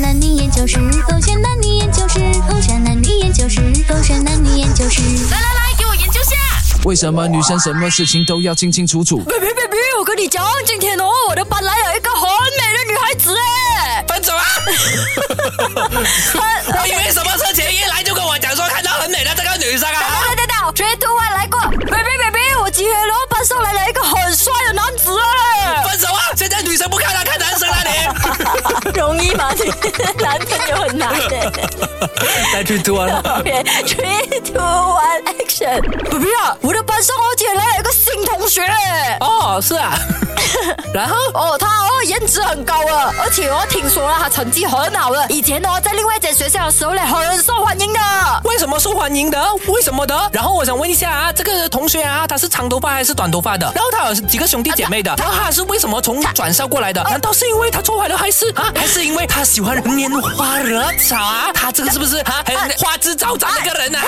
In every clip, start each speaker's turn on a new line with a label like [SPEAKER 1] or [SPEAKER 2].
[SPEAKER 1] 男女研究室，狗血男女研究室，狗血男女研究室，狗血男女研究室。
[SPEAKER 2] 来来
[SPEAKER 3] 哎
[SPEAKER 2] 来，给我研究下。
[SPEAKER 4] 为什么女生什么事情都要清清楚楚？
[SPEAKER 3] baby baby，我跟你讲，今天哦，我的班来了一个很美的女孩子哎，
[SPEAKER 5] 分 手啊！
[SPEAKER 3] 她
[SPEAKER 5] 我以为什么事情一来就跟我讲说看到很美的这个女生啊！
[SPEAKER 3] 等等等，绝对外来过，baby baby，我今天哦班上来了一个很帅的男子哎，
[SPEAKER 5] 分手啊！现在女生不看了，看男生了你。
[SPEAKER 3] 容易吗？ 你男朋友很难哎。
[SPEAKER 4] 再去读完。
[SPEAKER 3] OK, three, two, one, action. baby 啊，我的班上哦今天来了一个新同学哎。
[SPEAKER 5] 哦，是啊。然后
[SPEAKER 3] 哦，他哦颜值很高啊，而且哦听说了他成绩很好了，以前哦在另外一间学校的时候呢很受欢迎的。
[SPEAKER 5] 为什么受欢迎的？为什么的？然后我想问一下啊，这个同学啊，他是长头发还是短头发的？然后他有几个兄弟姐妹的？然啊后他是为什么从转校过来的？难道是因为他错怀了，还是啊，还是因为他喜欢拈花惹草啊？他这个是不是啊，很花枝招展的一个人啊？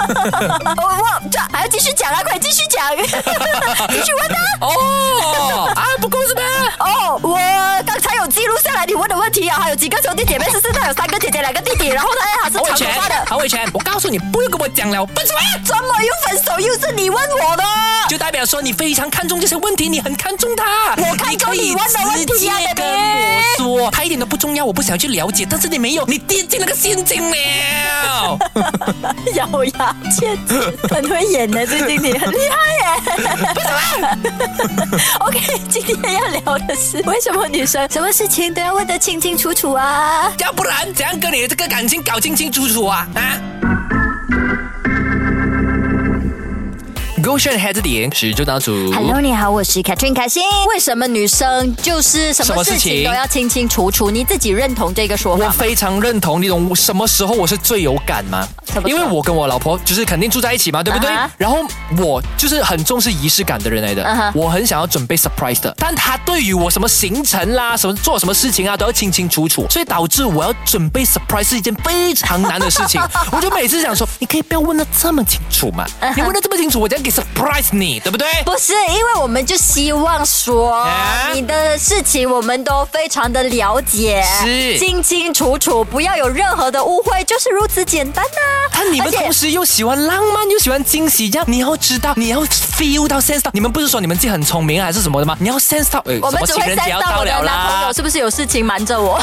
[SPEAKER 3] 我呃我这还要继续讲啊，快继续讲， 继续问啊。
[SPEAKER 5] 哦， 啊，不够是吧？
[SPEAKER 3] 哦，我刚才有记录下来你问的问题啊，还有几个兄弟姐妹？是是，他有三个姐姐，两个弟弟，然后呢，他是
[SPEAKER 4] 哦
[SPEAKER 5] 侯伟
[SPEAKER 3] 长头
[SPEAKER 5] 全
[SPEAKER 3] 发的，。哎
[SPEAKER 5] 侯伟全，啊我告诉你，不用跟我讲 了，分手啊！
[SPEAKER 3] 怎么又分手？又是你问我的？
[SPEAKER 5] 就代表说你非常看重这些问题，你很看重他。
[SPEAKER 3] 我看重你问的问题啊
[SPEAKER 5] 你可以直接跟我说，他一点都不重要，我不想去了解。但是你没有，你跌进那个陷阱 了。
[SPEAKER 3] 咬牙切齿，很会演的，最近你很厉害耶。OK，今 天要聊的是为什么女生什么事情都要问得清清楚楚啊？
[SPEAKER 5] 要不然怎样跟你的这个感情搞清清楚楚啊？啊！勾选 head 点是就当主。
[SPEAKER 3] Hello，你好，我是 Katrin 凯欣。为什么女生就是什
[SPEAKER 5] 什
[SPEAKER 3] 么
[SPEAKER 5] 么事
[SPEAKER 3] 事情
[SPEAKER 5] 情
[SPEAKER 3] 都要清清楚楚？你自己认同这个说
[SPEAKER 4] 我
[SPEAKER 3] 法吗？
[SPEAKER 4] 非常认同，你懂什么时候我是最有感吗
[SPEAKER 3] 什？么时
[SPEAKER 4] 因
[SPEAKER 3] 候
[SPEAKER 4] 为我跟我老婆就是肯定住在一起嘛，对不对
[SPEAKER 3] 啊哈
[SPEAKER 4] 然后我就是很重视仪式感的人来的
[SPEAKER 3] 啊哈
[SPEAKER 4] 我很想要准备 surprise 的，但她对于我什么行程啦、什么做什么事情啊，都要清清楚楚，所以导致我要准备 surprise 是一件非常难的事 情。我就每次想说，你可以不要问的这么清楚嘛
[SPEAKER 3] 嗯
[SPEAKER 4] 你问的这么清楚，我怎样给 surprise 你，对不对？
[SPEAKER 3] 不是，因为我们就希望说
[SPEAKER 4] 啊
[SPEAKER 3] 你的事情我们都非常的了解，
[SPEAKER 4] 是
[SPEAKER 3] 清清楚楚，不要有任何的误会，就是如此简单呐、
[SPEAKER 4] 但啊你们
[SPEAKER 3] 而且
[SPEAKER 4] 同时又喜欢浪漫，又喜欢惊喜，这样你要知道，你要 feel 到 sense 到。你们不是说你们自己很聪明啊还是什么的吗？你要 sense 到，哎，
[SPEAKER 3] 我
[SPEAKER 4] 什
[SPEAKER 3] 们
[SPEAKER 4] 么
[SPEAKER 3] 只
[SPEAKER 4] 情
[SPEAKER 3] 会
[SPEAKER 4] 人节要
[SPEAKER 3] sense 到
[SPEAKER 4] 到
[SPEAKER 3] 我的
[SPEAKER 4] 了
[SPEAKER 3] 男朋
[SPEAKER 4] 啦
[SPEAKER 3] 友，是不是有事情瞒着我？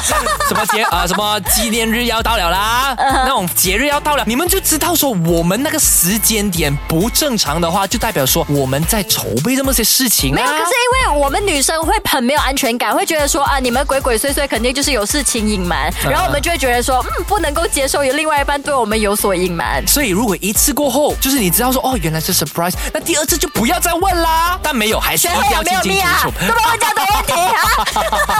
[SPEAKER 4] 什么节啊、什么纪念日要到 了啦，
[SPEAKER 3] 嗯
[SPEAKER 4] 那种节日要到了，你们就知道说我们那个时间点不正常的话，就代表说我们在筹备这么些事情啊。
[SPEAKER 3] 没有，可是因为我们女生会很没有安全感，会觉得说啊，你们鬼鬼祟祟，肯定就是有事情隐瞒，然后我们就会觉得说，嗯，不能够接受有另外一半对我们有所隐瞒。
[SPEAKER 4] 所以如果一次过后，就是你知道说哦原来是 surprise，那第二次就不要再问啦。但没有，还是
[SPEAKER 3] 学
[SPEAKER 4] 一
[SPEAKER 3] 会
[SPEAKER 4] 定
[SPEAKER 3] 有
[SPEAKER 4] 哦要
[SPEAKER 3] 没
[SPEAKER 4] 清
[SPEAKER 3] 有
[SPEAKER 4] 清
[SPEAKER 3] 密啊？
[SPEAKER 4] 楚
[SPEAKER 3] 怎
[SPEAKER 4] 楚。
[SPEAKER 3] 么会这样的问题 啊？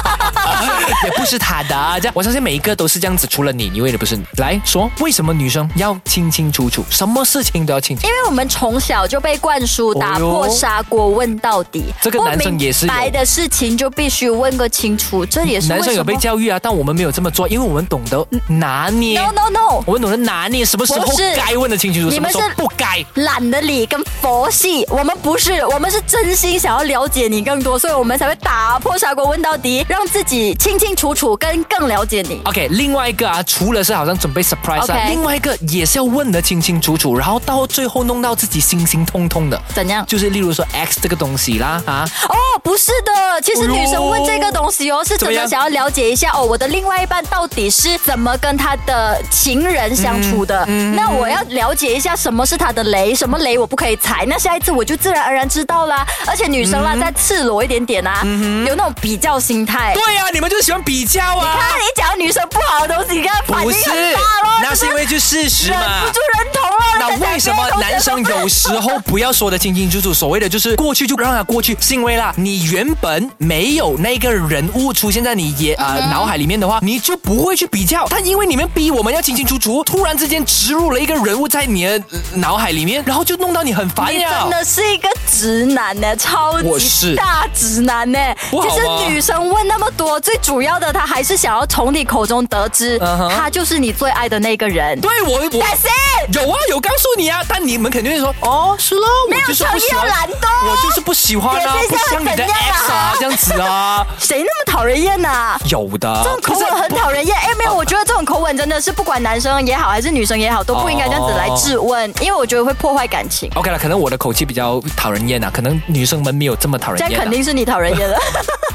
[SPEAKER 4] 也不是他的、啊，这样我相信每一个都是这样子，除了你，你为的不是你。来说，为什么女生要清清楚楚，什么事情都要清清？
[SPEAKER 3] 因为我们从小就被灌输打破砂锅问到底，
[SPEAKER 4] 哎这个男生也是有
[SPEAKER 3] 不明白的事情就必须问个清楚，这也是为
[SPEAKER 4] 男生
[SPEAKER 3] 什
[SPEAKER 4] 有
[SPEAKER 3] 么
[SPEAKER 4] 被教育啊，但我们没有这么做，因为我们懂得拿捏
[SPEAKER 3] No no no，
[SPEAKER 4] 我们懂得拿捏什么时候
[SPEAKER 3] 不是
[SPEAKER 4] 该问的清清楚，
[SPEAKER 3] 你
[SPEAKER 4] 什
[SPEAKER 3] 们
[SPEAKER 4] 么
[SPEAKER 3] 是
[SPEAKER 4] 时候不该。
[SPEAKER 3] 懒得理跟佛系，我们不是，我们是真心想要了解你更多，所以我们才会打破砂锅问到底，让自己清清楚楚跟更了解你。
[SPEAKER 4] OK，另外一个啊，除了是好像准备 surprise 啊
[SPEAKER 3] OK
[SPEAKER 4] 另外一个也是要问得清清楚楚，然后到最后弄到自己心心痛痛的。
[SPEAKER 3] 怎样
[SPEAKER 4] 就是例如说 X 这个东西啦啊，
[SPEAKER 3] 哦，不是的，其实
[SPEAKER 4] 哎呦
[SPEAKER 3] 女生问这个东西哦，是真
[SPEAKER 4] 怎么
[SPEAKER 3] 的
[SPEAKER 4] 样
[SPEAKER 3] 想要了解一下哦，我的另外一半到底是怎么跟他的情人相处
[SPEAKER 4] 嗯
[SPEAKER 3] 的。那我要了解一下什么是他的雷，什么雷我不可以踩，那下一次我就自然而然知道啦。而且女生啦，再赤裸一点点啊，有那种比较心态。
[SPEAKER 4] 对啊，你们就是喜欢比较啊。
[SPEAKER 3] 看你讲女生不好的东西，你看反应
[SPEAKER 4] 不是
[SPEAKER 3] 很大咯，，
[SPEAKER 4] 那是因为就事实
[SPEAKER 3] 忍
[SPEAKER 4] 嘛
[SPEAKER 3] 不。住人头 了。
[SPEAKER 4] 那为什么男生有时候不要说的清清楚楚？所谓的就是过去就让他过去，是因为啦，你原本没有那个人物出现在你眼呃脑海里面的话，你就不会去比较。但因为你们逼我们要清清楚楚，突然之间植入了一个人物在你的呃脑海里面，然后就弄到你很烦
[SPEAKER 3] 你
[SPEAKER 4] 哎呀
[SPEAKER 3] 真。的是一个直男呢，超
[SPEAKER 4] 我
[SPEAKER 3] 级
[SPEAKER 4] 是
[SPEAKER 3] 大直男呢。
[SPEAKER 4] 不好啊
[SPEAKER 3] 其
[SPEAKER 4] 吗
[SPEAKER 3] 实女生问那么多，最主要的她还是想要从你口中得知，
[SPEAKER 4] 嗯哼
[SPEAKER 3] 他就是你最爱的那个人。
[SPEAKER 4] 对我我
[SPEAKER 3] 但是
[SPEAKER 4] 有啊，有告诉你啊，但你们肯定会说哦，是咯，
[SPEAKER 3] 没有
[SPEAKER 4] 我就是不
[SPEAKER 3] 诚
[SPEAKER 4] 喜
[SPEAKER 3] 意
[SPEAKER 4] 欢
[SPEAKER 3] 又懒惰啊
[SPEAKER 4] 我就是不喜欢啊
[SPEAKER 3] 解释，一
[SPEAKER 4] 不
[SPEAKER 3] 下
[SPEAKER 4] 像你的
[SPEAKER 3] 怎样啊
[SPEAKER 4] X 啊这样子啊。
[SPEAKER 3] 谁那么讨人厌呐、啊？
[SPEAKER 4] 有的，
[SPEAKER 3] 这种口
[SPEAKER 4] 哦不是哦
[SPEAKER 3] 吻很讨人厌。哎，没有，我觉得这种口吻真的是不管男生也好还是女生也好，都不应该这样子
[SPEAKER 4] 哦
[SPEAKER 3] 来质问，因为我觉得会破坏感情。
[SPEAKER 4] OK 了，可能我的口气比较讨人厌啊，可能女生们没有这么讨人
[SPEAKER 3] 这样
[SPEAKER 4] 厌、啊。
[SPEAKER 3] 肯定是你讨人厌 了。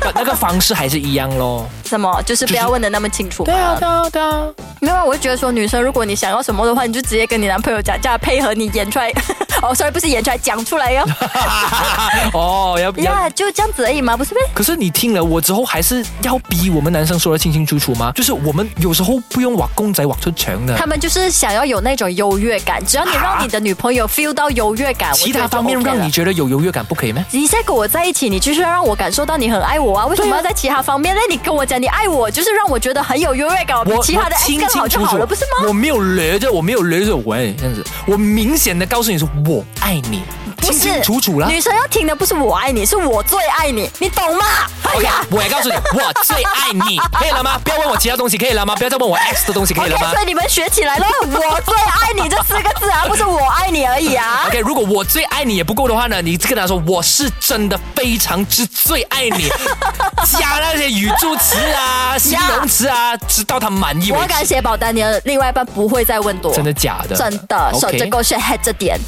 [SPEAKER 4] 但那个方式还是一样 咯。
[SPEAKER 3] 什么？就是不要问的那么清楚。
[SPEAKER 4] 对啊，对啊，对啊。
[SPEAKER 3] 没有啊，我就觉得说，女生如果你想要什么的话，你就直接跟你男朋友讲，叫他配合你演出来。 哦，sorry，不是演出来，讲出 来哟。
[SPEAKER 4] 哦，要要。
[SPEAKER 3] 呀，就这样子而已嘛，不是呗？
[SPEAKER 4] 可是你听了我之后，还是要逼我们男生说的清清楚楚吗？就是我们有时候不用挖公仔挖出墙的
[SPEAKER 3] 他，们就是想要有那种优越感，只要你让你的女朋友 feel 到优越感，我
[SPEAKER 4] 其
[SPEAKER 3] 觉得
[SPEAKER 4] 他
[SPEAKER 3] 就
[SPEAKER 4] 方面
[SPEAKER 3] OK
[SPEAKER 4] 让
[SPEAKER 3] 了
[SPEAKER 4] 你觉得有优越感，不可以吗？
[SPEAKER 3] 你在跟我在一起，你就是要让我感受到你很爱我啊！为什么要在其他方面呢？那你跟我讲你爱我，就是让我觉得很有优越感，我比
[SPEAKER 4] 我
[SPEAKER 3] 其他的
[SPEAKER 4] 啊我
[SPEAKER 3] X
[SPEAKER 4] 清
[SPEAKER 3] 更好
[SPEAKER 4] 清
[SPEAKER 3] 就
[SPEAKER 4] 楚
[SPEAKER 3] 好
[SPEAKER 4] 楚
[SPEAKER 3] 了，不是吗？
[SPEAKER 4] 我没有留着，我没有留着喂，这样子，我明显的告诉你说我爱你，
[SPEAKER 3] 不
[SPEAKER 4] 清
[SPEAKER 3] 是
[SPEAKER 4] 清楚楚啦。
[SPEAKER 3] 女生要听的不是我爱你，是我最爱你，你懂吗？哎呀
[SPEAKER 4] 我也告诉你，我最爱你，可以了吗？不要问我其他东西，可以了吗？不要再问我 X 的东西，可以了吗
[SPEAKER 3] ，OK，所以你们学起来了，我最爱你这四个字啊，不是我爱你而已啊。
[SPEAKER 4] ？OK，如果 我最爱你也不够的话呢，你跟他说我是真的非常之最爱你， 加那些语助词啊、形容词啊，直到他满意为
[SPEAKER 3] 我敢
[SPEAKER 4] 止。
[SPEAKER 3] 写保单，你的另外一半不会再问多，
[SPEAKER 4] 真的假的？
[SPEAKER 3] 真的，守
[SPEAKER 4] OK
[SPEAKER 3] 着狗血黑着点。